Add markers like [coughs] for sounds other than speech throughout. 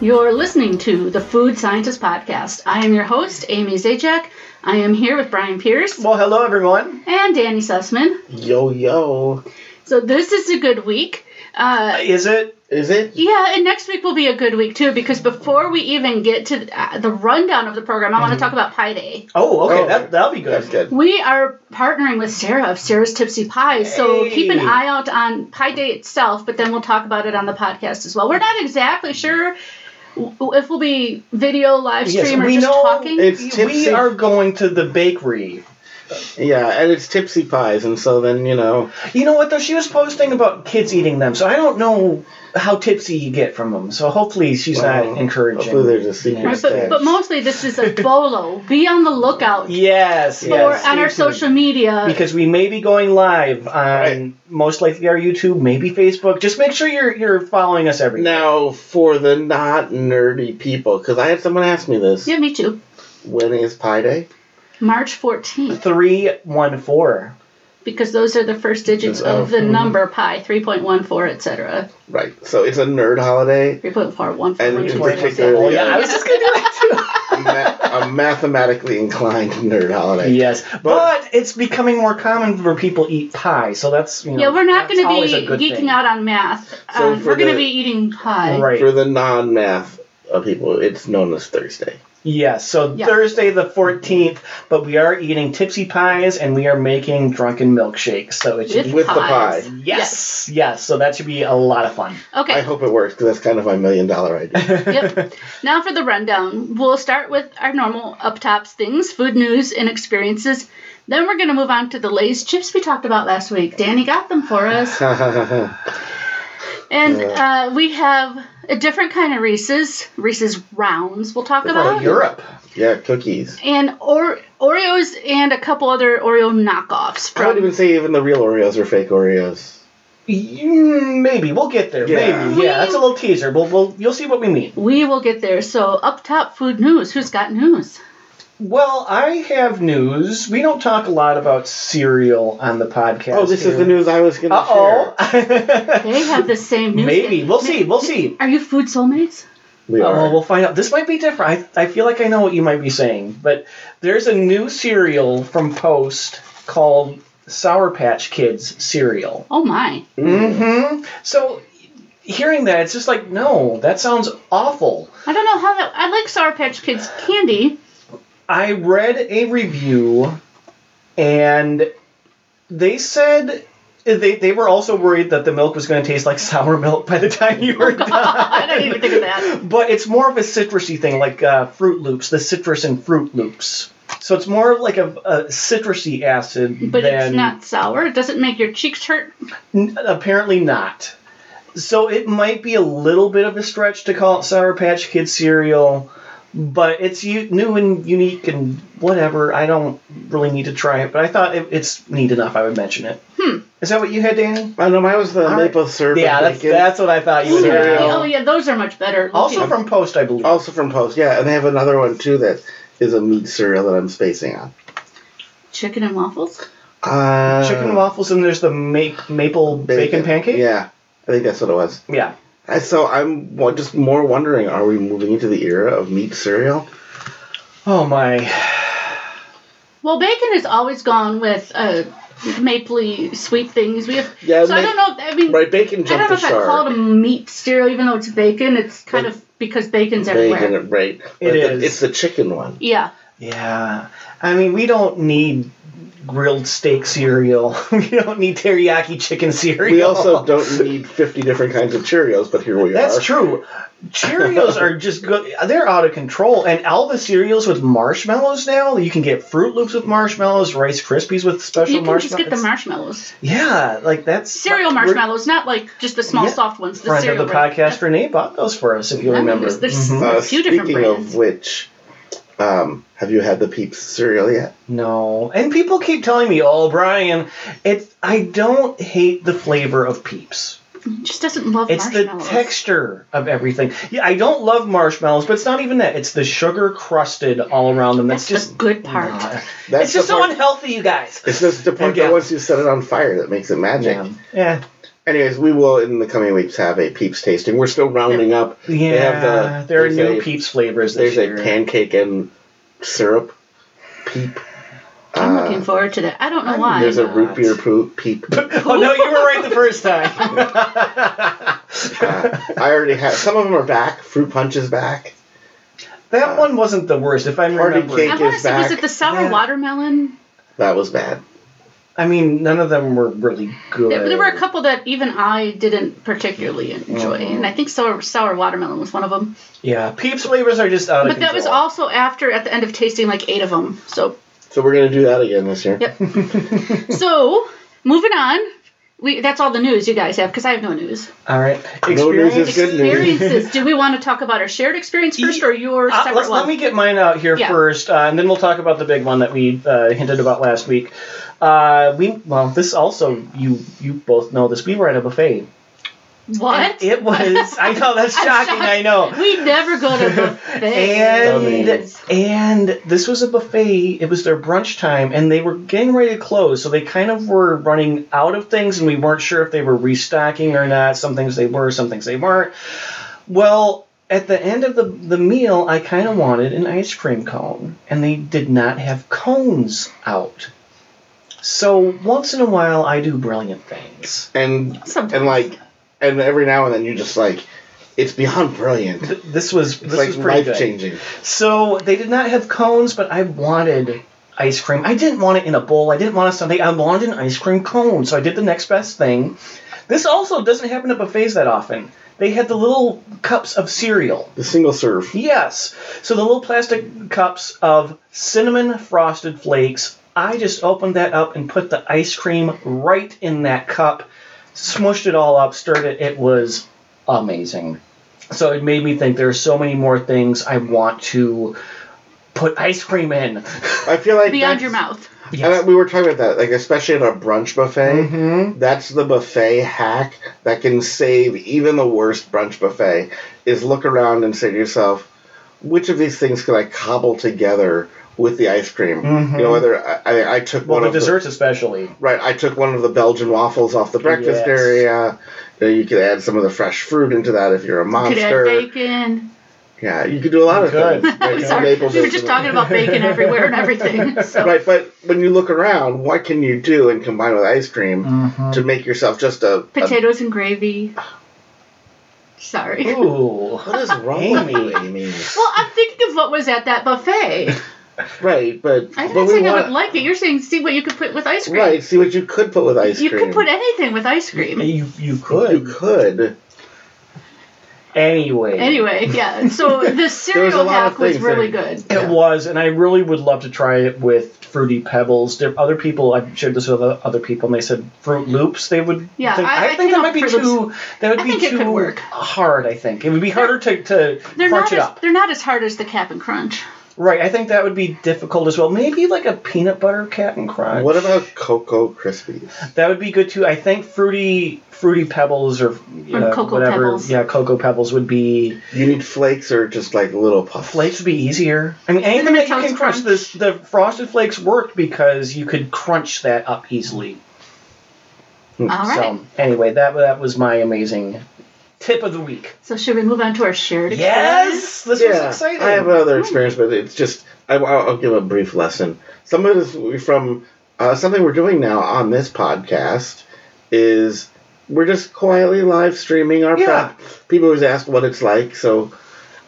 You're listening to the Food Scientist Podcast. I am your host, Amy Zajac. I am here with Brian Pierce Well, hello everyone. and Danny Sussman. Yo yo, So, this is a good week. Uh, Is it? is it? yeah, and next week will be a good week too because before we even get to uh, the rundown of the program, I want Mm-hmm. to talk about Pie Day. Oh, okay. Oh, that that'll be good. That's good. We are partnering with Sarah of Sarah's Tipsy Pie, so Hey. keep an eye out on Pie Day itself, but then we'll talk about it on the podcast as well. We're not exactly sure w- if we'll be video, live Yes, stream, or we just know talking. it's We tipsy. are going to the bakery. Yeah, and it's tipsy pies, and so then you know. You know what though? She was posting about kids eating them, so I don't know how tipsy you get from them. So hopefully she's Well, not encouraging. hopefully there's a secret Right, but, Yes. but mostly this is a bolo. Be on the lookout Yes, for yes. on our seriously. social media. Because we may be going live on Right. most likely our YouTube, maybe Facebook. Just make sure you're you're following us everywhere. Now for the not nerdy people, because I had someone ask me this: yeah, me too. When is Pie Day? March 14th, Three one four. because those are the first digits That's of the number pi 3.14, etc. Right. So it's a nerd holiday, 3.41. and in 14, particular, Oh etc. yeah, I was just gonna do that too. a, ma- a mathematically inclined nerd holiday. Yes, but, But- it's becoming more common for people eat pie, so that's you know. Yeah, we're not that's going to always a be good geeking thing. out on math. So um, for we're going to the- be eating pie. Right. For the non-math uh, people, it's known as Thursday. Yes. So Yeah. Thursday the fourteenth, but we are eating tipsy pies and we are making drunken milkshakes. So it should With be. With the pies. pie. Yes, yes. So that should be a lot of fun. I Okay, hope it works because that's kind of my million-dollar idea. [laughs] [laughs] Yep. now for the rundown. We'll start with our normal up tops things, food news and experiences. Then we're going to move on to the Lay's chips we talked about last week. Danny got them for [laughs] us. And uh, we have a different kind of Reese's, Reese's rounds we'll talk Oh, about. Europe. yeah, cookies. And or- Oreos and a couple other Oreo knockoffs I would from even say even the real Oreos are fake Oreos. Mm, Maybe we'll get there. Yeah. Maybe. Yeah, that's a little teaser. We'll, we'll you'll see what we mean. we will get there. So up top food news. Who's got news? Well, I have news. We don't talk a lot about cereal on the podcast. Oh, this is the news I was going to Uh share. [laughs] oh. They have the same news. Maybe we'll see. We'll see. Are you food soulmates? We Oh, are. well, we'll find out. This might be different. I, I feel like I know what you might be saying, but there's a new cereal from Post called Sour Patch Kids cereal. Oh my. Mm-hmm. So hearing that, it's just like, no, that sounds awful. I don't know how that. I like Sour Patch Kids candy. [laughs] I read a review, and they said they, they were also worried that the milk was going to taste like [laughs] sour milk by the time you [laughs] were done. I didn't even think of that. But it's more of a citrusy thing, like uh, Fruit Loops, the citrus in Fruit Loops. So it's more of like a, a citrusy acid But than it's not sour. It doesn't make your cheeks hurt. n- apparently not. So it might be a little bit of a stretch to call it Sour Patch Kid cereal, but it's u- new and unique and whatever. I don't really need to try it, but I thought it, it's neat enough. I would mention it. Is Hmm. that what you had, Danny? I know mine was the All right. maple syrup. yeah, and that's, bacon. that's what I thought you would Cereal. have. Oh yeah, those are much better. Also looking. from Post, I believe. also from Post. Yeah, and they have another one too that is a meat cereal that I'm spacing on. chicken and waffles. Uh, Chicken waffles and there's the ma- maple bacon, pancake. Yeah, I think that's what it was. Yeah. I- So I'm wa- just more wondering: Are we moving into the era of meat cereal? Oh my. Well, bacon is always gone with uh, mapley sweet things. We have. Yeah, so I ma- don't know. if- I mean, Right, bacon I don't jumped know the if I call shark. it a meat cereal, even though it's bacon. It's kind of because bacon's everywhere. Bacon, right? But the- is. It's the chicken one. Yeah. Yeah. I mean, we don't need grilled steak cereal. [laughs] we don't need teriyaki chicken cereal. We also [laughs] don't need 50 different kinds of Cheerios, but here we That's are. true. Cheerios are just good. They're out of control. And all the cereals with marshmallows now, you can get Fruit Loops with marshmallows, Rice Krispies with special You can just marshmallows. get the marshmallows. yeah, like that's Cereal we're- marshmallows, not like just the small Yeah. soft ones. The Friend cereal. of the right? podcast, Renee bought those for us, if you I mean, remember. there's- there's- Mhm. Uh, A few different speaking brands. of which, um, have you had the Peeps cereal yet? No, and people keep telling me, "Oh, Brian, it's I don't hate the flavor of Peeps. It just doesn't love It's the marshmallows. texture of everything. Yeah, I don't love marshmallows, but it's not even that. It's the sugar crusted all around them. That's, That's the just good part. Nah. That's it's just the so part- unhealthy, you guys. It's just the part Okay. that once you set it on fire that makes it magic. Yeah, yeah. Anyways, we will in the coming weeks have a Peeps tasting. We're still rounding up. Yeah, have the- there are there's new a- Peeps flavors this There's a year. pancake and syrup peep. I'm Uh, looking forward to that. I don't know I'm- why. There's a not? root beer pro- peep. [laughs] [laughs] oh no, you were right the first time. [laughs] [laughs] Uh, I already have. Some of them are back. Fruit punch is back. that one wasn't the worst, if I'm Party remembering. cake. I want to is say, was back. it the sour Yeah. watermelon? That was bad. I mean, none of them were really good. There, there were a couple that even I didn't particularly enjoy, Mm-hmm. Mhm. and I think sour, sour watermelon was one of them. Yeah, Peeps flavors are just out of But that was control. also after at the end of tasting like eight of them. So So we're gonna do that again this year. Yep. [laughs] so moving on, we that's all the news you guys have because I have no news. All right. No news is good news. [laughs] Experiences. Do we want to talk about our shared experience first or your Uh, separate let's, one? let me get mine out here Yeah. first, uh, and then we'll talk about the big one that we uh, hinted about last week. Uh, we well, this also you you both know this. We were at a buffet. what? It was I know that's [laughs] I'm shocking. shocked. I know. We never go [laughs] to And buffets. and this was a buffet. It was their brunch time, and they were getting ready to close, so they kind of were running out of things, and we weren't sure if they were restocking or not. Some things they were, some things they weren't. Well, at the end of the the meal, I kind of wanted an ice cream cone, and they did not have cones out. So once in a while, I do brilliant things. And Sometimes. and like and every now and then you just like it's beyond brilliant. It's Th- This was this like was pretty life good. changing. So they did not have cones, but I wanted ice cream. I didn't want it in a bowl. I didn't want a sundae. I wanted an ice cream cone. So I did the next best thing. This also doesn't happen at buffets that often. They had the little cups of cereal. The single serve. Yes. So the little plastic cups of cinnamon frosted flakes. I just opened that up and put the ice cream right in that cup, smushed it all up, stirred it. It was amazing. So it made me think there are so many more things I want to put ice cream in. I feel like Beyond that's- your mouth. And that- we were talking about that, like especially at a brunch buffet. Mhm. That's the buffet hack that can save even the worst brunch buffet. Is look around and say to yourself, which of these things can I cobble together with the ice cream? You know, whether I, I, I took Mm-hmm. Well, one the of the- desserts especially. Right, I took one of the Belgian waffles off the breakfast Yes. area. You, know, you could add some of the fresh fruit into that if you're a Could add monster. bacon. Yeah, you could do a lot of Good. things. I'm Make [laughs] some Sorry, maple we were bacon. just talking about [laughs] bacon everywhere and everything. So. Right, but when you look around, what can you do and combine with ice cream Mhm. to make yourself just a, a Potatoes and gravy. Sorry. Ooh. What is wrong Amy. with you, Amy? Well, I'm thinking of what was at that buffet. Right, but I'm but not we saying I would want like it. You're saying see what you could put with ice cream. right. See what you could put with ice You cream. could put anything with ice cream. You, you You could. could. Anyway. Anyway, yeah. [laughs] So the cereal lot hack of was things really there. good. It Yeah. was, and I really would love to try it with Fruity Pebbles. There, other people, I shared this with other other people, and they said Fruit Loops. They would. Yeah, think, I- I, I think that came might up be with Fruit too. That would I be think it too could work. hard. I think it would be harder to to They're not crunch it as up. they're not as hard as the Cap'n Crunch. Right. I think that would be difficult as well. Maybe like a peanut butter cat and crunch. What about Cocoa Krispies? that would be good too. I think Fruity Fruity Pebbles or, uh, Cocoa whatever. Pebbles. Yeah, Cocoa Pebbles would be. You need flakes or just like little puffs. Flakes would be easier. I mean, anything Cinnamon that you Toast can crunch. Crunch. This the frosted flakes worked because you could crunch that up easily. Hmm, All right. So anyway, that that was my amazing tip of the week. So, should we move on to our shared experience? Yes, this was Yeah, exciting. I have Hmm. another experience, but it's just I, I'll I'll give a brief lesson. Some of this from uh, something we're doing now on this podcast is we're just quietly live streaming our Yeah. prep. People always ask what it's like, so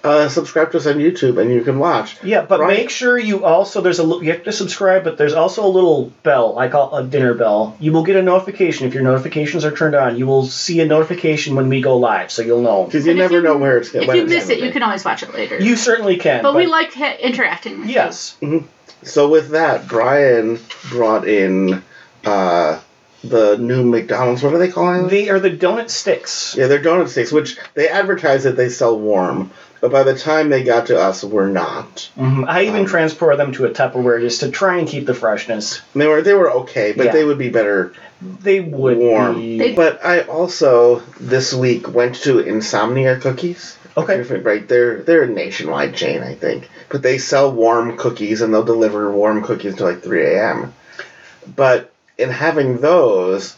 uh, subscribe to us on YouTube and you can watch. yeah, but Right. make sure you also there's a li- you have to subscribe, but there's also a little bell I call a dinner bell. You will get a notification if your notifications are turned on. You will see a notification when we go live, so you'll know. Because you And if never you- know where it's going. If you miss it, you can always watch it later. You certainly can. but we like ha- interacting. With yes. So with that, Brian brought in uh, the new McDonald's. What are they calling? it? They are the donut sticks. Yeah, they're donut sticks, which they advertise that they sell warm, but by the time they got to us, we're not. Mhm. I even Um, transport them to a Tupperware just to try and keep the freshness. They were they were okay, but Yeah. they would be better They would warm. be- They- But I also this week went to Insomnia Cookies. okay. Right, they're they're a nationwide chain, I think, but they sell warm cookies and they'll deliver warm cookies to like three a.m. But in having those,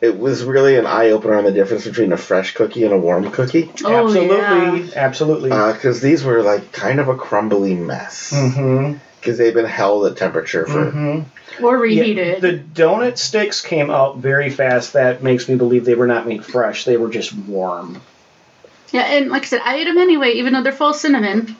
it was really an eye opener on the difference between a fresh cookie and a warm cookie. Oh, absolutely, absolutely. Because these were like kind of a crumbly mess. mm-hmm. Because they've been held at temperature for. hmm Or Yeah, reheated. the donut sticks came out very fast. That makes me believe they were not made fresh. They were just warm. Yeah, and like I said, I ate them anyway, even though they're full of cinnamon.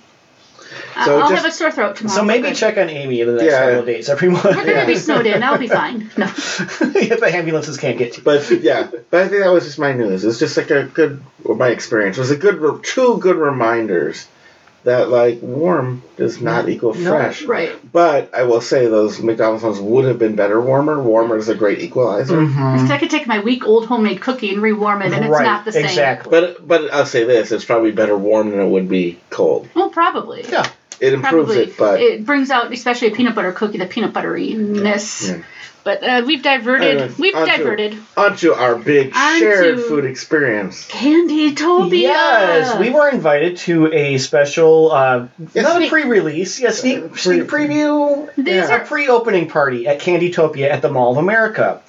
I- So I'll just- have a sore throat tomorrow. So maybe Okay. check on Amy in the next Yeah. couple of days, everyone. We're gonna [laughs] be snowed in. I'll be fine. No, if the ambulances can't get you. But yeah, but I think that was just my news. It was just like a good, or my experience It was a good, re- two good reminders that like warm does not equal No. fresh. right. But I will say those McDonald's ones would have been better warmer. Warmer is a great equalizer. Mhm. So I could take my week old homemade cookie and rewarm it, and it's right, not the same. Exactly. But but I'll say this: it's probably better warm than it would be cold. Well, probably. yeah. It improves Probably. it, but brings out, especially a peanut butter cookie, the peanut butteriness. Yeah. But uh, we've diverted. Anyway, we've onto- diverted. onto our big Onto- shared food experience. Candy Topia. Yes, we were invited to a special, uh, Yes. not a Sneak- pre-release, yeah, sneak, Pre- sneak preview, These a are- pre-opening party at Candytopia at the Mall of America.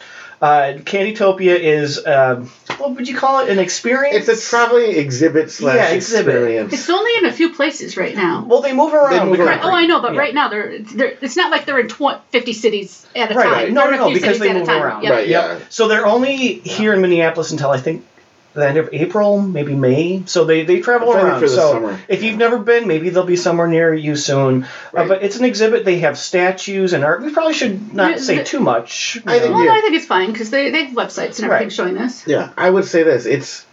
Uh, Candytopia is, uh, what would you call it, an experience? It's a traveling exhibit slash Yeah, exhibit. It's experience. only in a few places right now. Well, they move around. They move the around. Right. country. Oh, I know, but Yeah. right now they're, they're it's not like they're in tw- 50 cities at a Right, time. right. No, They're in no, a no, few because cities they at a move time. around. Yep. Right, Yep. yeah. So they're only here in Minneapolis until I think the end of April, maybe May. So they, they travel Probably around. for the so summer. if you've never been, maybe they'll be somewhere near you soon. Uh, Right. but it's an exhibit. They have statues and art. We probably should not The- say the- too much. I think- Well, Yeah. no, I think it's fine because they, they have websites and everything Right. showing this. Yeah, I would say this: it's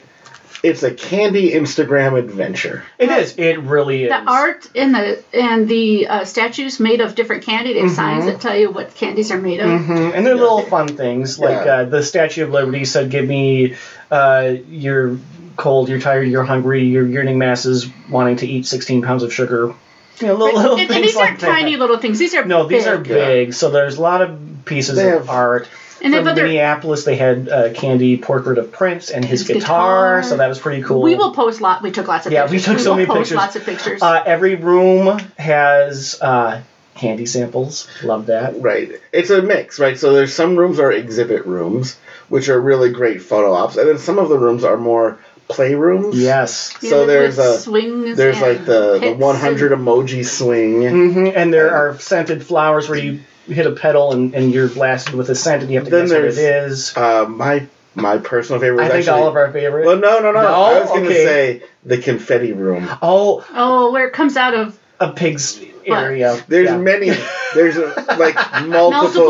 it's a candy Instagram adventure. It is. It really is. The art and the and the uh, statues made of different candy. They Mm-hmm. have signs that tell you what candies are made of. hmm And they're little fun things like Yeah. uh, the Statue of Liberty said, "Give me uh, your cold, you're tired, you're hungry, you're yearning masses, wanting to eat 16 pounds of sugar." You know, little, little and, things and these like aren't that. tiny little things. These are No, these big. are big. So there's a lot of pieces They of have- art. and they From have other. Minneapolis, they had a candy portrait of Prince and his, His guitar, guitar. so that was pretty cool. We will post lot. We took lots of Yeah, we pictures. took so will many post pictures. Lots of pictures. Uh, every room has uh, candy samples. Love that. Right. It's a mix, right? So there's some rooms are exhibit rooms, which are really great photo ops, and then some of the rooms are more playrooms. Yes. Yeah, so with there's a- swings There's and like the, the pits 100 and- emoji swing. hmm And there are scented flowers where you hit a pedal and, and you're blasted with a scent and you have to Then guess what it there's- is. Uh, my my personal favorite. I Was think actually, all of our favorite. Well, no, no, no. No? I was gonna Okay. say the confetti room. oh, Oh, where it comes out of a pig's area. There's Yeah. many. There's uh, [laughs] like multiple multiple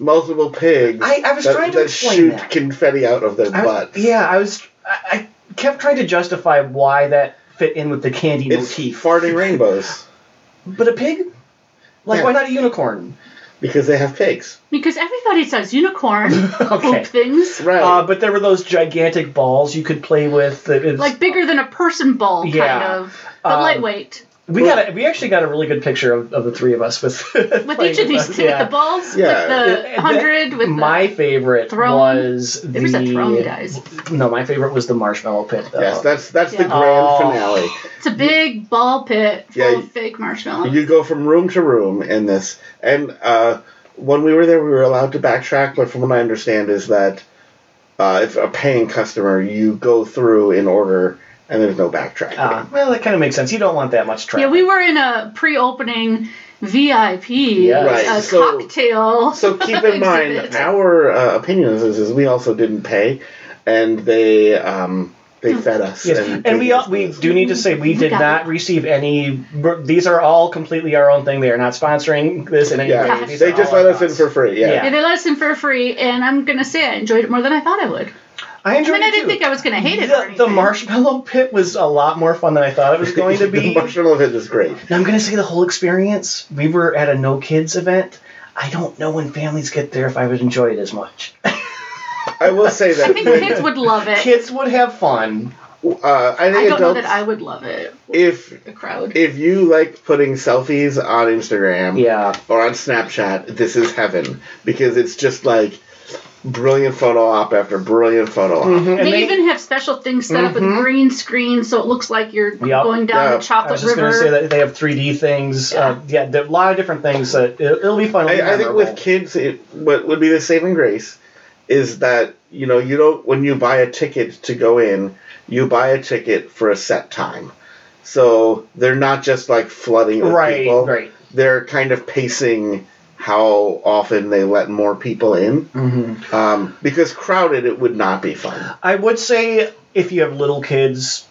multiple, pigs. pigs. I- I was that, trying to that explain shoot that. confetti out of their I was- butts. yeah, I was. I, I kept trying to justify why that fit in with the candy It's motif. farting rainbows But a pig? Like, Yeah. why not a unicorn? because they have pigs. Because everybody says [laughs] unicorn Okay. poop things. Right. Uh, but there were those gigantic balls you could play with. that is- Like bigger than a person ball, kind Yeah. of. But Um, lightweight. we got, a, we actually got a really good picture of, of the three of us with [laughs] With each of these, with [laughs] the balls, Yeah. with the It- hundred, with My the. favorite Throne? was the There was a throne, guys. No, my favorite was the marshmallow pit. Though. yes, that's that's the Yeah. grand Oh. finale. It's a big ball pit full Yeah, you- of fake marshmallows. You go from room to room in this, and uh, when we were there, we were allowed to backtrack. But from what I understand, is that uh, if a paying customer, you go through in order, and there's no backtracking. Uh, well, that kind of makes sense. You don't want that much traffic. yeah, we were in a pre-opening VIP Yes. Right, a so- cocktail. So keep in mind, Exhibit. our uh, opinion is, is we also didn't pay, and they um, they fed us. Yes. and we all, we do need to say we We did got not it. receive any. These are all completely our own thing. They are not sponsoring this in any Yeah, way. Gosh. These they are just all let on us in for free. Yeah. Yeah. Yeah, they let us in for free, and I'm gonna say I enjoyed it more than I thought I would. I I enjoyed mean, it I didn't too. think I was gonna hate it. or the, the anything. marshmallow pit was a lot more fun than I thought it [laughs] was going to the be. marshmallow pit is great. And I'm gonna say the whole experience. We were at a no kids event. I don't know when families get there if I would enjoy it as much. I will say that. I think kids [laughs] would love it. [laughs] Kids would have fun. uh, I I think don't know adults. that I would love it. if The crowd. if you like putting selfies on Instagram Yeah. or on Snapchat, this is heaven because it's just like brilliant photo op after brilliant photo op. Mhm, and they, they- even have special things set up with Mhm. green screen, so it looks like you're Yup. going down Yeah. the I was chocolate just going to say river. that they have 3D things. Yeah, uh, yeah there are a lot of different things that it, will be fun. it'll be I, I think memorable. with kids, it, what would be the saving grace is that you know you don't when you buy a ticket to go in, you buy a ticket for a set time. So they're not just like flooding with Right, people. right. They're kind of pacing how often they let more people in. Mm-hmm. Um, because crowded, it would not be fun. I would say if you have little kids,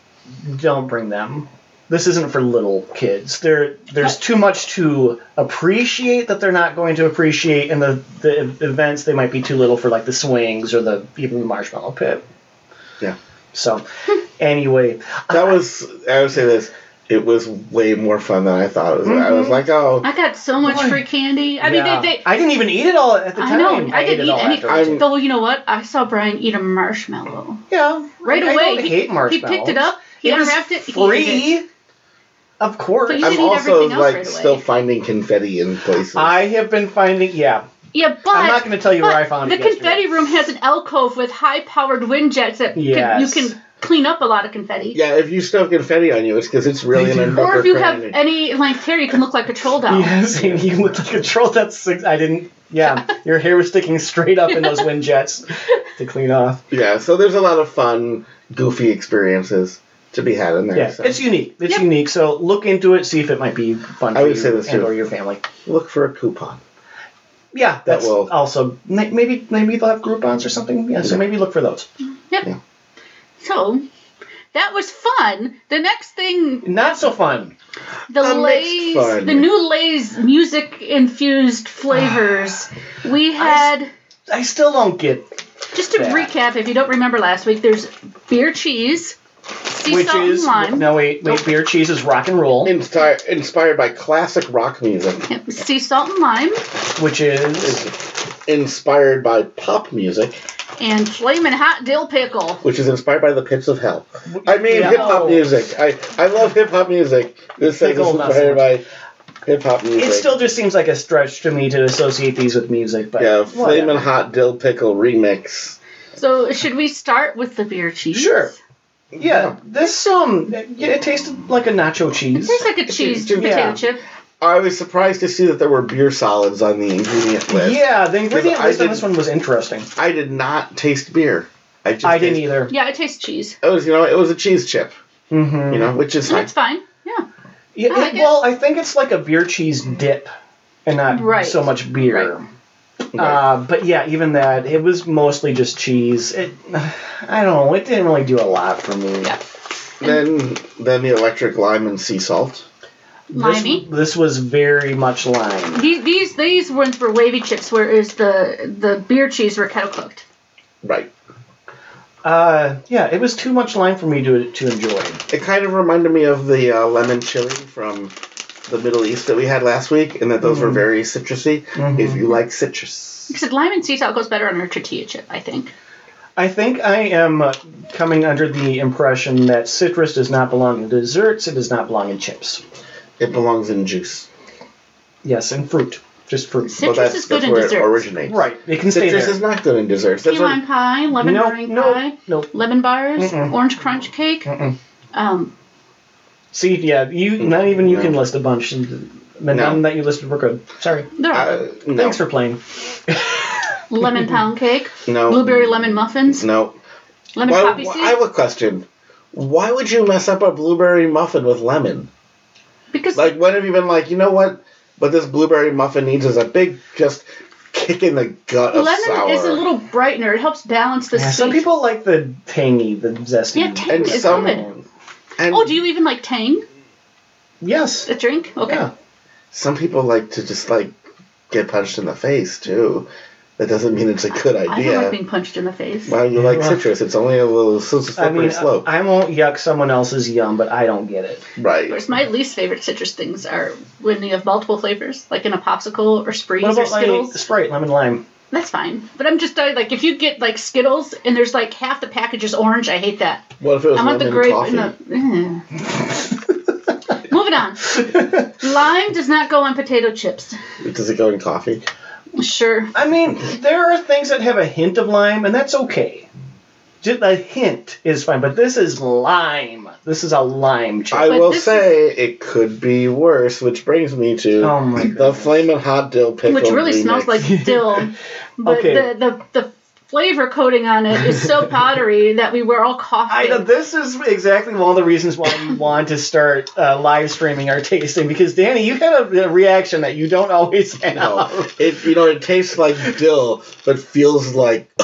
don't bring them. This isn't for little kids. There, there's too much to appreciate that they're not going to appreciate, and the the events they might be too little for, like the swings or the even the marshmallow pit. Yeah. So, anyway, That Uh, was I would say this. It was way more fun than I thought. It was. I was Mm-hmm. Mhm. like, oh, I got so much Boy. free candy. I yeah. mean, they. they I didn't even eat it all at the I time. know. I, ate didn't it eat all any. afterwards. I'm- Though you know what? I saw Brian eat a marshmallow. Yeah. Right I away, Don't hate He marshmallows. picked it up. He It was unwrapped it. Free. He ate it. Of course. But you I'm didn't eat also everything else like right away. still finding confetti in places. I have been finding. Yeah. Yeah, but I'm not going to tell you where I But found the it. confetti room has an alcove with high-powered wind jets that Yes. can, you can clean up a lot of confetti. Yeah, if you still have confetti on you, it's because it's really They an do. improper Or if you have cranny. any length hair, you can look like a troll doll. [laughs] Yes, and you look like a troll. That's six. I didn't. [laughs] Yeah, your hair was sticking straight up in those wind jets to clean off. Yeah, so there's a lot of fun, goofy experiences to be had in there. Yeah, so it's unique. It's Yep. unique. So look into it. See if it might be fun I for would you say this and too. or your family. look for a coupon. Yeah, that's will- also may- maybe maybe they'll have Groupon's or something. Yeah, so Yeah. maybe look for those. Yep. Yeah. So that was fun. The next thing, Not so fun. the A mixed Lay's, fun. the new Lay's music infused [sighs] flavors. we had I still don't get just to that. recap. If you don't remember last week, there's beer cheese, sea which salt is and lime, no wait wait beer cheese is rock and roll, Inspired, inspired by classic rock music, Yep, sea salt and lime, which is inspired by pop music, and flamin' hot dill pickle. which is inspired by the pits of hell. I mean, Yeah. Oh. hip hop music. I, I love hip hop music. This says it's Pickle, not so inspired by hip hop music. it still just seems like a stretch to me to associate these with music. But yeah, whatever. flamin' hot dill pickle remix. So should we start with the beer cheese? Sure. Yeah, this um, it, it tasted like a nacho It cheese. tastes like a cheese potato Yeah. chip. I was surprised to see that there were beer solids on the ingredient list. yeah, the ingredient I list on didn't- this one was interesting. I did not taste beer. I just I didn't taste- either. Yeah, it tastes cheese. It was you know it was a cheese chip, Mm-hmm. you know, which is And fine. it's fine. Yeah. Yeah, Oh, I like it- it. well, I think it's like a beer cheese dip, and not Right. so much beer. Uh, but yeah, even that, it was mostly just cheese. It, I don't know, it didn't really do a lot for me. Yeah. then then the electric lime and sea salt. This, Limey. this was very much lime. These these these ones were wavy chips, whereas the the beer cheese were kettle cooked. Right. Uh, yeah, it was too much lime for me to to enjoy. It kind of reminded me of the uh, lemon chili from the Middle East that we had last week, and that those were Mhm. very citrusy. If Mhm. you like citrus, Except lime and sea salt goes better on a tortilla chip, I think. I think I am uh, coming under the impression that citrus does not belong in desserts. It does not belong in chips. it belongs in juice. Yes, and fruit, just fruit. Citrus well, that's, is good that's in where it desserts. originates. Right, it can stay Citrus there. is not good in desserts. That's Key lime what, pie, lemon no, meringue no, pie, no. lemon bars, Mm-mm. orange crunch cake. Mm-mm. Um, See, yeah, you not even you can list a bunch, and the No. none that you listed were good. Sorry. there are uh, no, Thanks for playing. [laughs] lemon pound cake, no blueberry lemon muffins, No, lemon Why, poppy why- seed. I have a question. Why would you mess up a blueberry muffin with lemon? because Like, when have you been like, you know what? What this blueberry muffin needs is a big, just kick in the gut of lemon sour. is a little brightener. It helps balance the Yeah, sweet. some people like the tangy, the zesty. Yeah, tangy and is some. good. And Oh, do you even like Tang? Yes. A drink? Okay. Yeah. Some people like to just like get punched in the face too. That doesn't mean it's a good I don't like idea. being punched in the face. Well, you like Yeah. citrus. It's only a little it's a I slippery mean, uh, slope, I won't yuck someone else's yum, but I don't get it. Of right? course, my least favorite citrus things are when you have multiple flavors, like in a popsicle or Sprees What or about like Skittles. Sprite, lemon lime? That's fine. But I'm just uh, like, if you get like Skittles and there's like half the package is orange, I hate that. What if it was I want lemon the grape coffee? and the. Ugh. Moving on. [laughs] Lime does not go on potato chips. Does it go in coffee? Sure. I mean, there are things that have a hint of lime, and that's okay. Just a hint is fine, but this is lime. This is a lime chip. I But will this say it could be worse, which brings me to Oh my the flaming hot dill pickle. Which really [laughs] remix. smells like dill. But Okay. the, the, the flavor coating on it is so powdery that we were all coughing. I know this is exactly one of the reasons why we want to start uh, live streaming our [laughs] tasting because Danny, you had a, a reaction that you don't always have. [laughs] No, it you know it tastes like dill, but feels like [laughs]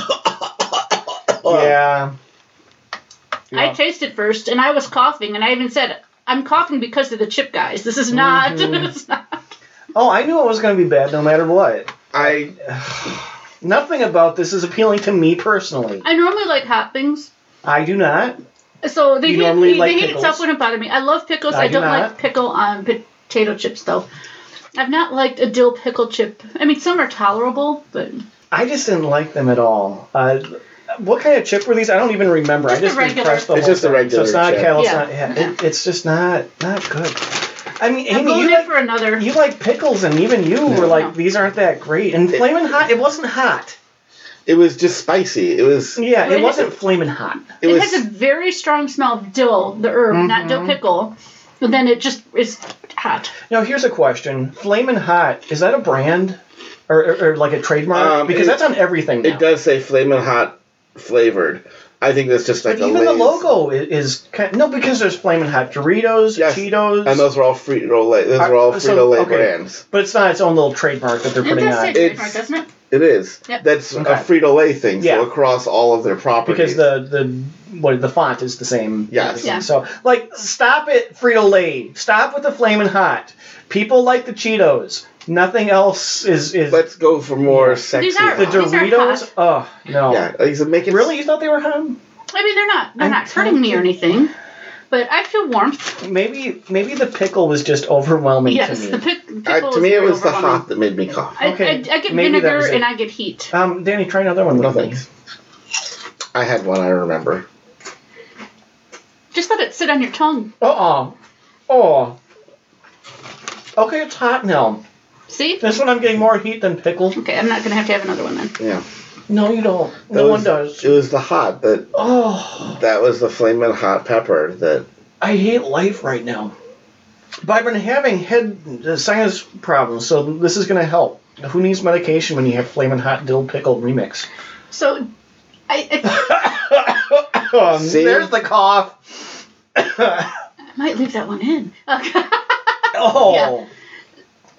Yeah. I tasted first, and I was coughing, and I even said, "I'm coughing because of the chip, guys. This is not. [laughs] Mhm. it's not. Oh, I knew it was going to be bad no matter what. I Nothing about this is appealing to me personally. I normally like hot things, I do not. so they You heat, normally they, like they heat pickles? itself wouldn't bother me. I love pickles. I I, do don't not. like pickle on potato chips though. I've not liked a dill pickle chip. I mean, some are tolerable, but I just didn't like them at all. Uh, what kind of chip were these? I don't even remember. Just I just a regular- repressed the It's whole just a thing. So regular it's not chip. kale. It's Yeah. not. Yeah, it- it's just not not good. I mean, I'm Amy, going you in like, for another. you like pickles, and even you were like, No. these aren't that great. And It- flaming hot, it wasn't hot. it was just spicy. It was it, Yeah, Well, it it wasn't flaming hot. it, was has a very strong smell of dill, the herb, not Mm-hmm. dill pickle. And then it just is hot. Now here's a question: Flamin' Hot is that a brand, or, or, or like a trademark? Um, because it- that's on everything. Now. it does say flamin' hot flavored. I think that's just like But a even the Lay's- logo is, is kind no, because there's Flamin' Hot Doritos, Yes, Cheetos, and those were all Frito Lay. Those Are- were all so, Frito Lay okay. brands. but it's not its own little trademark that they're It putting does say on. trademark, It's- doesn't it? It is. Yep. That's Okay. a Frito Lay thing. Yeah. So across all of their because properties. the the what the font is the same. Yes. Yeah. So like, stop it, Frito Lay. Stop with the flaming hot. People like the Cheetos. Nothing else is is Let's go for more sexy. These are- the These aren't Doritos. Oh no. yeah, like, so make it Really, you thought they were hot? I mean, they're not they're I'm not hurting me or anything, but I feel warmth. Maybe maybe the pickle was just overwhelming Yes, to the me. pic- pickle I, is to me, it very was the overwhelming. hot that made me cough. I, Okay, I, I get maybe that vinegar was it. and I get heat. um, Danny, try another one. No with me. thanks. I had one. I remember. Just let it sit on your tongue. Uh oh. Oh. Okay, it's hot now. See? This one I'm getting more heat than pickle. Okay, I'm not gonna have to have another one then. Yeah. No, you don't. That No was- one does. It was the hot that Oh. that was the flaming hot pepper that I hate life right now. But I've been having head uh, sinus problems, so this is going to help. Who needs medication when you have flaming hot dill pickle remix? [coughs] So, I, I, Um, See? there's the cough. [coughs] I might leave that one in. [laughs] Okay. Oh,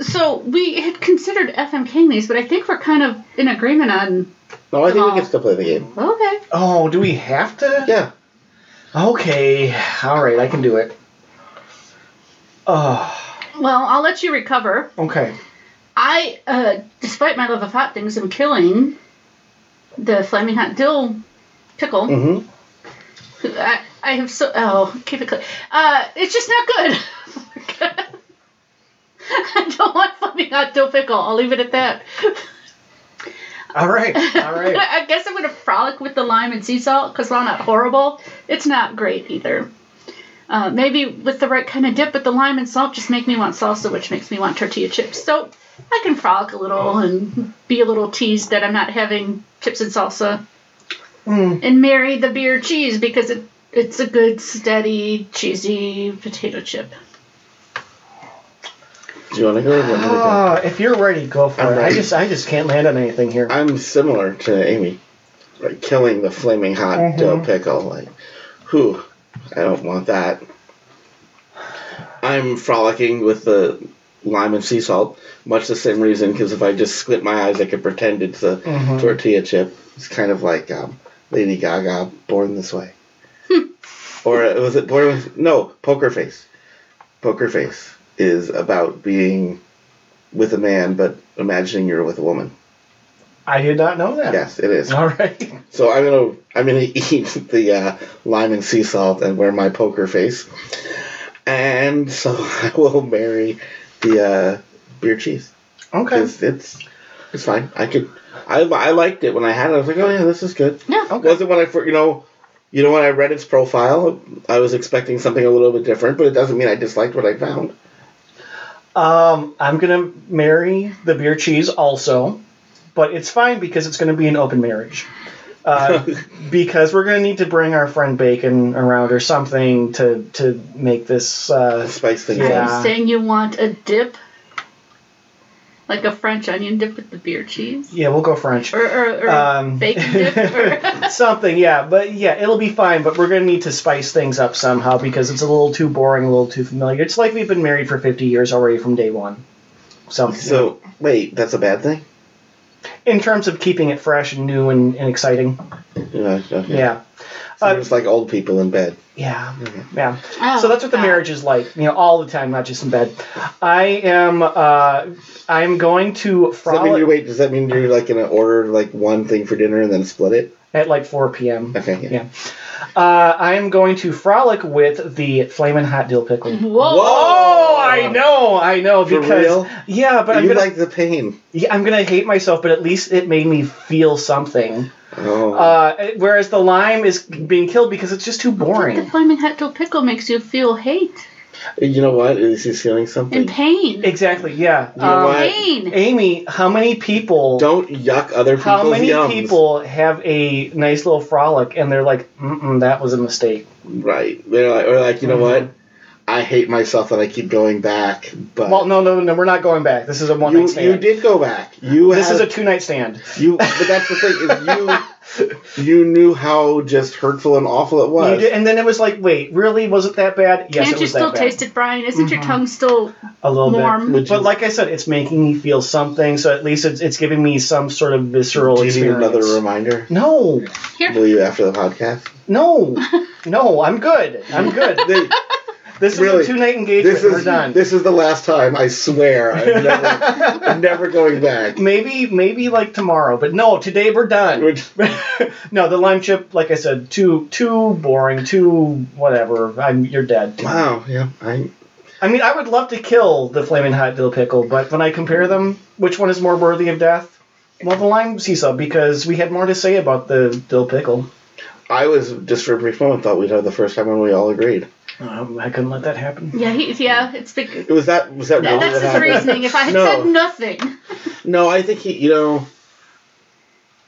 so we had considered FMKing these, but I think we're kind of in agreement on No, I think Oh. we can still play the game. okay. oh, do we have to? Yeah. Okay, all right, I can do it. Oh, Well, I'll let you recover. okay. I, uh, despite my love of hot things, am killing the flaming hot dill pickle. Mm-hmm. I, I have so oh keep it clean. Uh, it's just not good. [laughs] I don't want flaming hot dill pickle. I'll leave it at that. [laughs] All right, all right. I guess I'm gonna frolic with the lime and sea salt because while not horrible, it's not great either. Uh, maybe with the right kind of dip, but the lime and salt just make me want salsa, which makes me want tortilla chips. So I can frolic a little and be a little teased that I'm not having chips and salsa, Mm, and marry the beer cheese because it it's a good, steady, cheesy potato chip. Do you want to go? Or do you want me to go? ah, if you're ready, go for I'm it. I ready. just, I just can't land on anything here. I'm similar to Amy, like killing the flaming hot Mhm. dill pickle. Like, whew, I don't want that. I'm frolicking with the lime and sea salt, much the same reason. Because if I just squint my eyes, I could pretend it's a Mhm. tortilla chip. It's kind of like um, Lady Gaga, Born This Way, or uh, was it Born with No Poker Face? Poker Face is about being with a man, but imagining you're with a woman. I did not know that. Yes, it is. All right. [laughs] So I'm gonna I'm gonna [laughs] eat the uh, lime and sea salt and wear my poker face, and so [laughs] I will marry the uh, beer cheese Okay. because it's it's fine. I could I, I liked it when I had it. I was like, oh yeah, this is good. No. Okay. Wasn't when I fir- you know you know when I read its profile, I was expecting something a little bit different, but it doesn't mean I disliked what I found. Um, I'm gonna marry the beer cheese also, but it's fine because it's gonna be an open marriage. [laughs] Uh, because we're gonna need to bring our friend Bacon around or something to to make this. Uh, Spice things Yeah. up. I'm saying you want a dip. Like a French onion dip with the beer cheese. Yeah, we'll go French. Or, or, or Um, [laughs] bacon dip. Or [laughs] Something, yeah, but yeah, it'll be fine. But we're gonna need to spice things up somehow because it's a little too boring, a little too familiar. It's like we've been married for fifty years already from day one. So, So wait, that's a bad thing. in terms of keeping it fresh and new and, and exciting, Yeah. Mm-hmm. okay. yeah, So Uh, it's like old people in bed. yeah, Okay. yeah. Oh, so that's what the God. marriage is like, you know, all the time, not just in bed. I am, uh, I'm going to Does that mean frolic you wait? Does that mean you're like gonna order like one thing for dinner and then split it? at like 4 p.m. Okay. Yeah. Yeah. Uh, I am going to frolic with the flamin' hot dill pickle. Whoa. Oh, I know, I know, For because real? yeah, but I'm you gonna, like the pain. yeah, I'm gonna hate myself, but at least it made me feel something. Oh. Uh, whereas the lime is being killed because it's just too The [laughs] boring. Flamin' Hot Dill Pickle makes you feel hate you know what? At least he's feeling and something. pain. Exactly, yeah. You know Um, what? Pain. Amy, how many people? Don't yuck other people's how many yums. people have a nice little frolic and they're like, Mm-mm, "That was a mistake." Right. They're like, or like, you know Mhm. what? I hate myself that I keep going back, but Well, no, no, no, we're not going back. This is a one you, night you stand. did go back. You This had, is a two night stand. you, but that's the [laughs] thing is you you knew how just hurtful and awful it You was. did, and then it was like, wait, really? Was it that bad? Yes, Can't it you was still that bad. taste it, Brian? Isn't your Mhm. tongue still a little warm? Would bit. But you- like I said, it's making me feel something. So at least it's, it's giving me some sort of visceral Do you need experience. another reminder? No, Here. Will you after the podcast? no, no. I'm good. I'm [laughs] good. Th- This Really, is a two night engagement. this we're is done. this is the last time. I swear. I'm never, I'm never going back. maybe maybe like tomorrow, but no, today we're done. Which- [laughs] no, the lime chip, like I said, too too boring, too whatever. I'm you're dead. Wow. Yeah. I. I mean, I would love to kill the flaming hot dill pickle, but when I compare them, which one is more worthy of death? Well, the lime seesaw, because we had more to say about the dill pickle. I was just for a brief moment thought we'd have the first time when we all agreed. Um, I couldn't let that happen. Yeah, he, yeah, it's big. It was that was that That, really that's his what happened? reasoning. If I had No. said nothing, No, I think he. You know,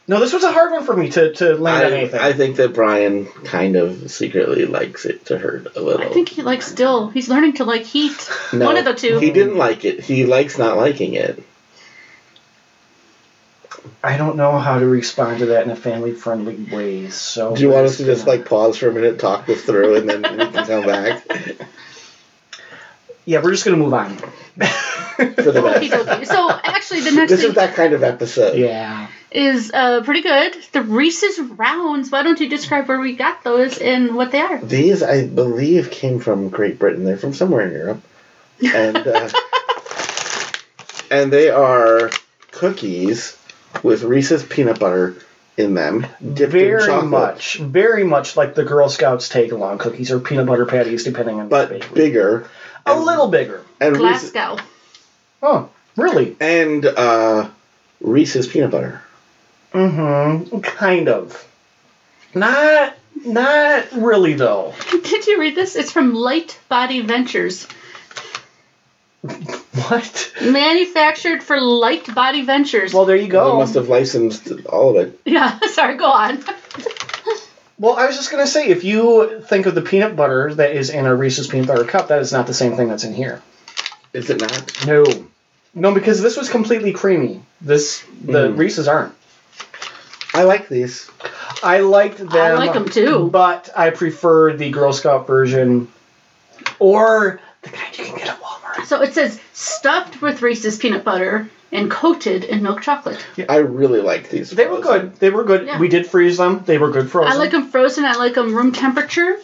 No, this was a hard one for me to, to land on I, anything. I think that Brian kind of secretly likes it to hurt a little. I think he likes dill. He's learning to like heat. No, One of the two. He didn't like it. He likes not liking it. I don't know how to respond to that in a family friendly way. So Do you we're want us to just gonna- like pause for a minute, talk this through, and then we can [laughs] come back Yeah, we're just gonna move on. for the Okie best? dokie. so actually, the next This thing is that kind of episode. [laughs] yeah. is uh, pretty good. The Reese's rounds. Why don't you describe where we got those and what they are? These, I believe, came from Great Britain. They're from somewhere in Europe, [laughs] and uh, and they are cookies with Reese's peanut butter in them, dipped in Very chocolate. much, very much like the Girl Scouts take along cookies or peanut butter patties, depending on the but bakery. bigger a little bigger. and Reese, Glasgow. Oh, really? and uh, Reese's peanut butter. Mm-hmm. Kind of. Not, not really though. Did you read this? It's from Light Body Ventures. What? Manufactured for Light Body Ventures. Well, there you They go. must have licensed all of it. yeah, [laughs] sorry, go on. Well, I was just gonna say, if you think of the peanut butter that is in a Reese's peanut butter cup, that is not the same thing that's in here. Is it not? No. No, because this was completely creamy. This the Mm. Reese's aren't. I like these. I liked them. I like 'em too. But I prefer the Girl Scout version, or the kind you can get at Walmart. So it says stuffed with Reese's peanut butter and coated in milk chocolate. I really like these. They were good. They were good. Yeah. We did freeze them. They were good frozen. I like them frozen. I like them room temperature.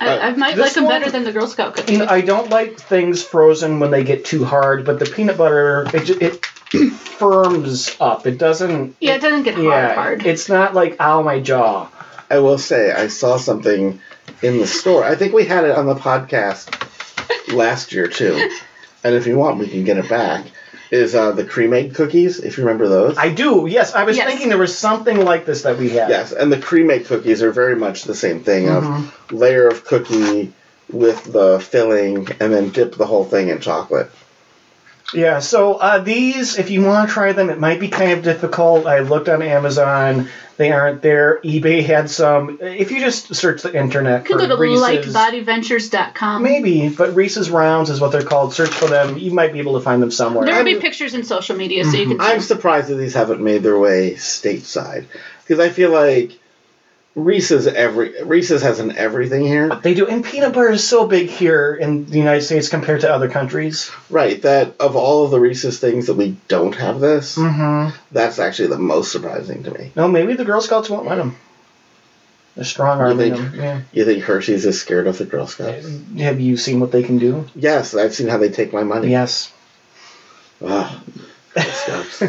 I, Uh, I might this like them one- better than the Girl Scout You cookies. know, I don't like things frozen when they get too hard, but the peanut butter it ju- it [clears throat] firms up. It doesn't. yeah, it doesn't get hard. yeah, hard. it's not like ow my jaw. I will say, I saw something in the store. I think we had it on the podcast last year too. And if you want, we can get it back. Is uh, the cream egg cookies? If you remember those. I do. Yes, I was Yes. thinking there was something like this that we had. Yes, and the cream egg cookies are very much the same thing Mhm. of layer of cookie with the filling and then dip the whole thing in chocolate. Yeah, so uh, these, if you want to try them, it might be kind of difficult. I looked on Amazon; they aren't there. eBay had some. If you just search the internet, You for can go to Reese's, likebodyventures.com. maybe, but Reese's rounds is what they're called. Search for them; you might be able to find them somewhere. There will be I'm- pictures in social media, so you Mm-hmm. can. I'm surprised that these haven't made their way stateside because I feel like Reese's every Reese's has an everything here, They do, and peanut butter is so big here in the United States compared to other countries. right? That of all of the Reese's things that we don't have this, Hmm. Mm-hmm. that's actually the most surprising to me. No, maybe the Girl Scouts won't let them. They're strong arming think- them. Yeah. You think Hershey's is scared of the Girl Scouts? Have you seen what they can do? Yes, I've seen how they take my money. Yes. Ugh, Girl [laughs] Scouts.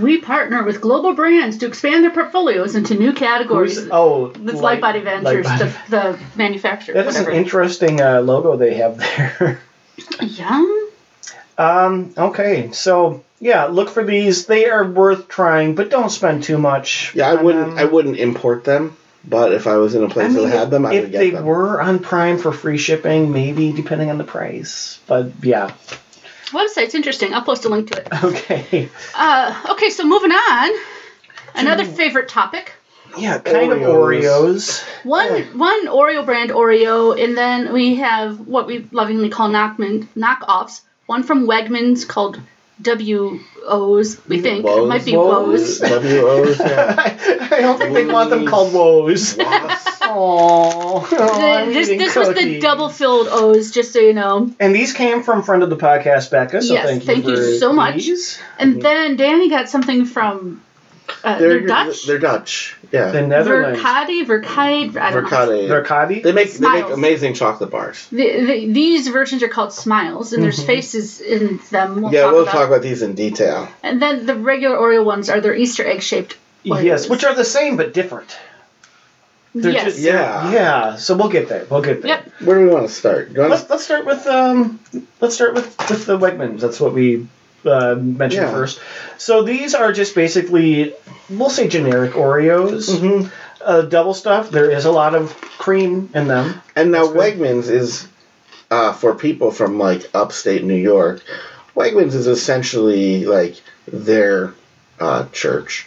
We partner with global brands to expand their portfolios into new categories. Who's- oh, That's Light Body Ventures, Lightbody. the, the manufacturer. That is an whatever. interesting uh, logo they have [laughs] there. Yum. um, okay, so yeah, look for these. They are worth trying, but don't spend too much. yeah, I on wouldn't. um, them. I wouldn't import them, but if I was in a place I mean, that had them, I if would get they them. were on Prime for free shipping, maybe depending on the price. But yeah, [laughs] Website's interesting. I'll post a link to it. okay, Uh, okay, so moving on. Another favorite topic. yeah, kind Oreos. of Oreos. One one Oreo brand Oreo, and then we have what we lovingly call knockman, knockoffs. One from Wegmans called W O's. We think it might be Woes. Woes. [laughs] W O's. Yeah. [laughs] I don't think they want them called woes. [laughs] Oh, Wasps. [laughs] Aww. The- this this was the double filled O's, just so you know. And these came from friend of the podcast, Becca. So Yes, thank you. thank you for so much. these. And then Danny got something from uh, They're, they're, Dutch. They're Dutch. Yeah. The Netherlands. Verkade, Verkade, I don't know. Mercade. Verkade? They make they make Smiles. amazing chocolate bars. The, the, these versions are called smiles, and there's faces in them. We'll yeah, talk we'll about. talk about these in detail. And then the regular Oreo ones are their Easter egg shaped. Yes, which are the same but different. They're yes. just- Yeah. Yeah, so we'll get there. We'll get there. Yep. Where do we want to start? Do you want Let's, let's start with um, let's start with with the Wegmans. That's what we uh, mentioned Yeah. first. So these are just basically, we'll say generic Oreos. Mm-hmm. Uh, double stuff. There is a lot of cream in them. and now That's good. Wegmans is uh, for people from like upstate New York. Wegmans is essentially like their uh, church.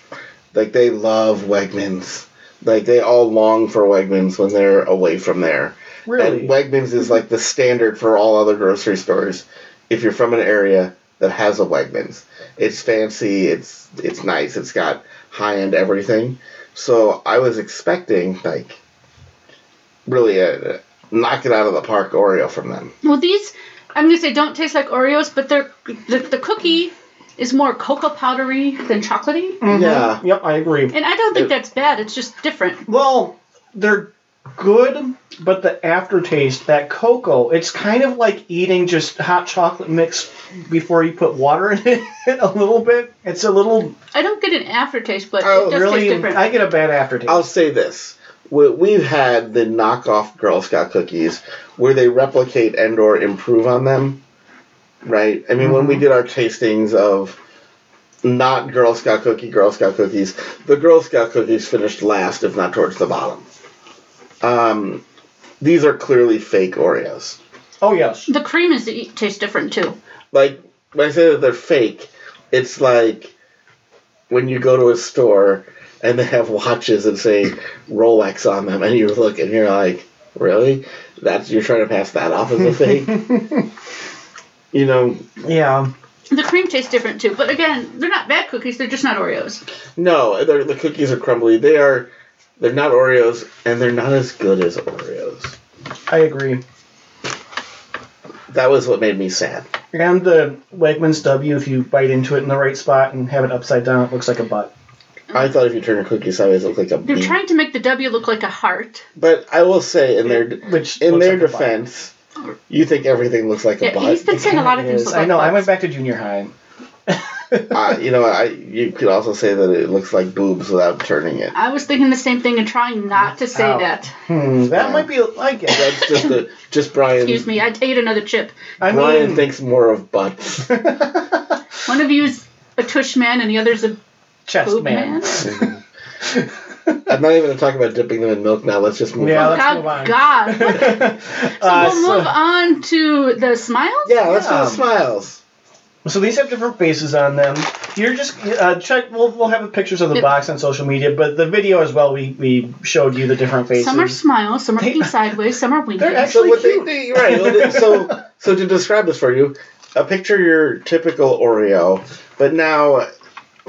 Like they love Wegmans. Like they all long for Wegmans when they're away from there. Really. And Wegmans is like the standard for all other grocery stores. If you're from an area that has a Wegmans, it's fancy, it's it's nice, it's got high end everything. So I was expecting like really a, knock it out of the park Oreo from them. Well, these I'm gonna say don't taste like Oreos, but they're the, the cookie is more cocoa powdery than chocolatey, Mm. Mm-hmm. Yeah, Yep, I agree. and I don't think that's bad. It's just different. Well, they're good, but the aftertaste, that cocoa, it's kind of like eating just hot chocolate mix before you put water [laughs] in it a little bit. It's a little I don't get an aftertaste, but Oh, it does really. taste different. I get a bad aftertaste. I'll say this. We- We've had the knockoff Girl Scout cookies where they replicate and or improve on them, right? I mean, when we did our tastings of not Girl Scout cookie, Girl Scout cookies, the Girl Scout cookies finished last, if not towards the bottom. Um, these are clearly fake Oreos. oh yes. the cream is to eat, tastes different too. like when I say that they're fake, it's like when you go to a store and they have watches that say Rolex on them, and you look and you're like, really? That's you're trying to pass that off as [laughs] a fake? you know, Yeah. The cream tastes different too, but again, they're not bad cookies. They're just not Oreos. no, they're- the cookies are crumbly. They are, they're not Oreos, and they're not as good as Oreos. I agree. That was what made me sad. And the Wegmans W, if you bite into it in the right spot and have it upside down, it looks like a butt. I thought if you turn your cookie sideways, it looked like a Mm. They're bee. trying to make the W look like a heart. But I will say, in their Which in looks their like a butt. defense, you think everything looks like a Yeah, butt. he's been saying a lot of It things. is. look I like know. I butts. went back to junior high. uh, you know, I you could also say that it looks like boobs without turning it. I was thinking the same thing and trying not to say Ow. that. Hmm, that might be. I guess. That's just the just Brian. Excuse me, I ate another chip. I Brian mean, thinks more of butts. [laughs] One of you's a tush man and the other's a [laughs] chest boob man. [laughs] man. I'm not even talking about dipping them in milk now. Let's just move Yeah, on. let's- oh, God, move on. [laughs] God. What the- So Uh, we'll so- move on to the smiles. yeah, let's do Yeah. the smiles. So these have different faces on them. You're just uh, check. We'll, we'll have pictures of the Yep. box on social media, but the video as well. We, we showed you the different faces. Some are smile, some are They- [laughs] looking sideways, some are winking. They're actually- So what cute. they do, you're right? what they- [laughs] so so to describe this for you, uh, picture your typical Oreo, but now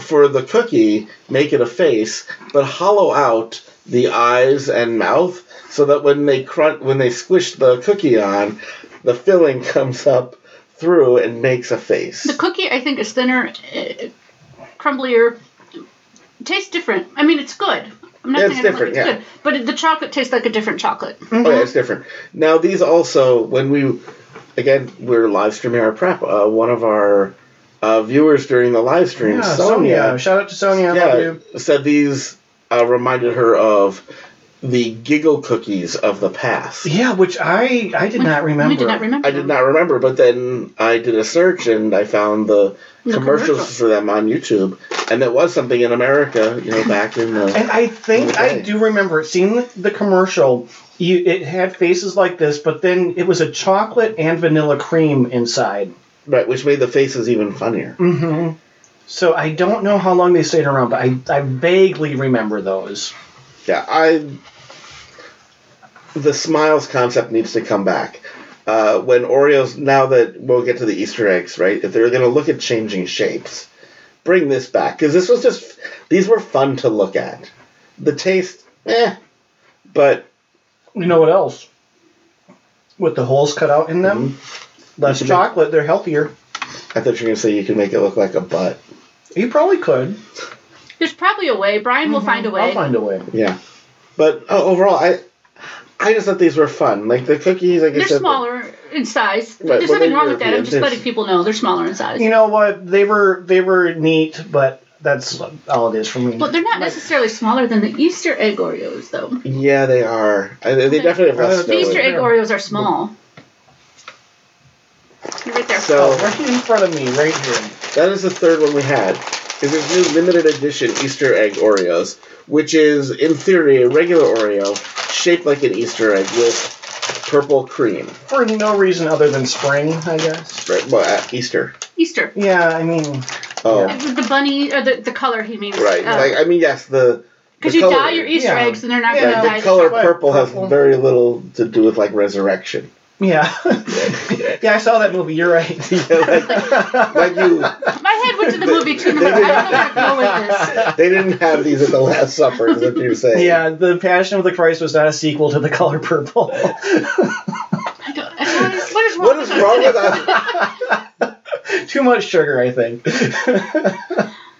for the cookie, make it a face, but hollow out the eyes and mouth so that when they crunch, when they squish the cookie on, the filling comes up through and makes a face. The cookie, I think, is thinner, uh, crumblier, tastes different. I mean, it's good. I'm not Yeah, it's saying I don't like different, yeah. it's good, but it- the chocolate tastes like a different chocolate. Mm-hmm. Oh yeah, it's different. Now these also when we again we're live streaming our prep. Uh, one of our uh, viewers during the live stream, Yeah, Sonia, Sonia. Shout out to Sonia. I love yeah, you. said these uh, reminded her of the giggle cookies of the past. Yeah, which I I did We- not remember. We did not remember. I did not remember, but then I did a search and I found the, The commercials commercials. for them on YouTube, and it was something in America, you know, back in the. And I think I Okay. do remember seeing the commercial. You, it had faces like this, but then it was a chocolate and vanilla cream inside. Right, which made the faces even funnier. hmm So I don't know how long they stayed around, but I, I vaguely remember those. Yeah, I. The smiles concept needs to come back. Uh, when Oreos, now that we'll get to the Easter eggs, right? If they're going to look at changing shapes, bring this back because this was just these were fun to look at. The taste, eh, but You know what else? With the holes cut out in them, less Mhm. chocolate, they're healthier. I thought you were going to say you can make it look like a butt. You probably could. There's probably a way. Brian will find a Mm-hmm. way. I'll find a way. Yeah, but uh, overall, I I just thought these were fun. Like the cookies, like I They're said, smaller in size. Right, There's well, nothing they're wrong with that. I'm European. just letting people know they're smaller in size. You know what? They were they were neat, but that's all it is for me. Well, they're not Like, necessarily smaller than the Easter egg Oreos, though. Yeah, they are. I, they definitely have less. The The Really? Easter filling. egg Oreos are small. They're Right there. So- oh, right in front of me, right here. That is the third one we had. Is this new limited edition Easter egg Oreos, which is in theory a regular Oreo shaped like an Easter egg with purple cream. For no reason other than spring, I guess. Right, well, at Easter. Easter. Yeah, I mean, Oh, Uh, The bunny, or the, the color he means. right. Uh, like I mean, yes, the Because the you color- dye your Easter yeah. eggs, and they're not Yeah, going to the dye color chocolate. purple has Purple. very little to do with like resurrection. [laughs] yeah, yeah. I saw that movie. You're right. Like you, My head went to the movie [laughs] too. and I'm like, I don't know where to go with this. they didn't have these at the Last Supper. Is what you're saying? Yeah, The Passion of the Christ was not a sequel to The Color Purple. [laughs] I don't, what, is, what is wrong What is with wrong with us? Too much sugar, I think. [laughs]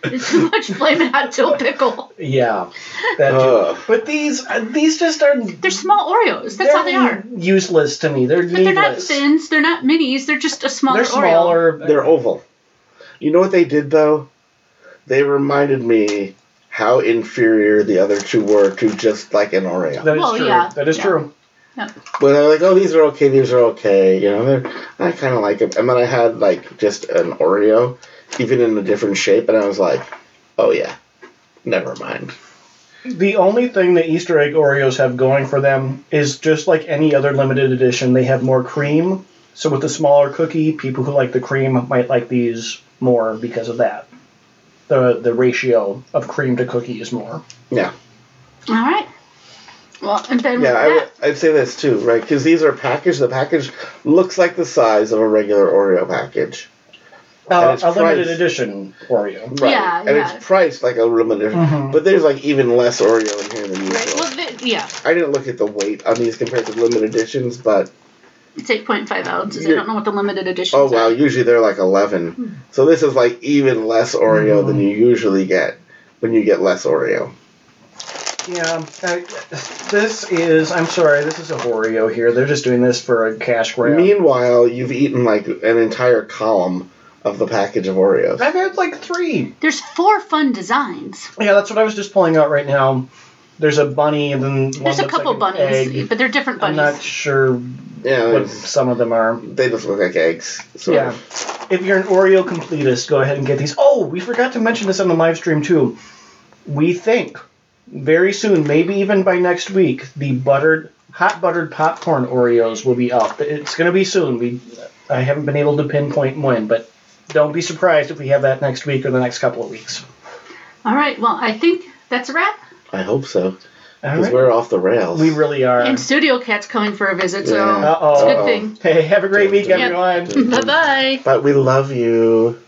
It's too much flaming hot dill pickle. yeah, that too. Ugh. But these uh, these just are They're small Oreos. That's they're all they are. useless to me. They're But they're not needless. thins. They're not minis. They're just a smaller they're smaller. They're oval. You know what they did though? They reminded me how inferior the other two were to just like an Oreo. That is Well, true. yeah, That is yeah. true. When they're like, oh, these are okay, these are okay. You know, they're, I kind of like them. And then I had like just an Oreo, even in a different shape, and I was like, oh yeah, never mind. The only thing that Easter egg Oreos have going for them is just like any other limited edition, they have more cream. So with the smaller cookie, people who like the cream might like these more because of that. The the ratio of cream to cookie is more. Yeah, All right. Well, and then yeah. I with would, that, I'd say this too, right? Because these are packaged. The package looks like the size of a regular Oreo package. Uh, it's a limited priced- edition Oreo. Right. Yeah, and yeah. it's priced like a limited. Mhm. But there's like even less Oreo in here than usual. right, well, the, yeah, I didn't look at the weight on these compared to limited editions, but it's 8.5 ounces. I You're- don't know what the limited edition oh is. wow, usually they're like Hmm. 11. So this is like even less Oreo Hmm. than you usually get when you get less Oreo. Yeah, I, this is. I'm sorry, this is a Oreo here. They're just doing this for a cash grab. Meanwhile, you've eaten like an entire column of the package of Oreos. I've had like three. There's four fun designs. Yeah, that's what I was just pulling out right now. There's a bunny and then one There's a looks couple like an bunnies, egg. but they're different I'm bunnies. not sure Yeah, what it's- some of them are. they just look like eggs. Sort Yeah. of. If you're an Oreo completist, go ahead and get these. Oh, we forgot to mention this on the live stream too. We think very soon, maybe even by next week, the buttered hot buttered popcorn Oreos will be up. It's going to be soon. We I haven't been able to pinpoint when, but don't be surprised if we have that next week or the next couple of weeks. All right. Well, I think that's a wrap. I hope so. All Because right. we're off the rails. We really are. And Studio Cat's coming for a visit, so Yeah. it's a Uh-oh. good thing. Hey, have a great week, Yep. everyone. Bye bye. But we love you.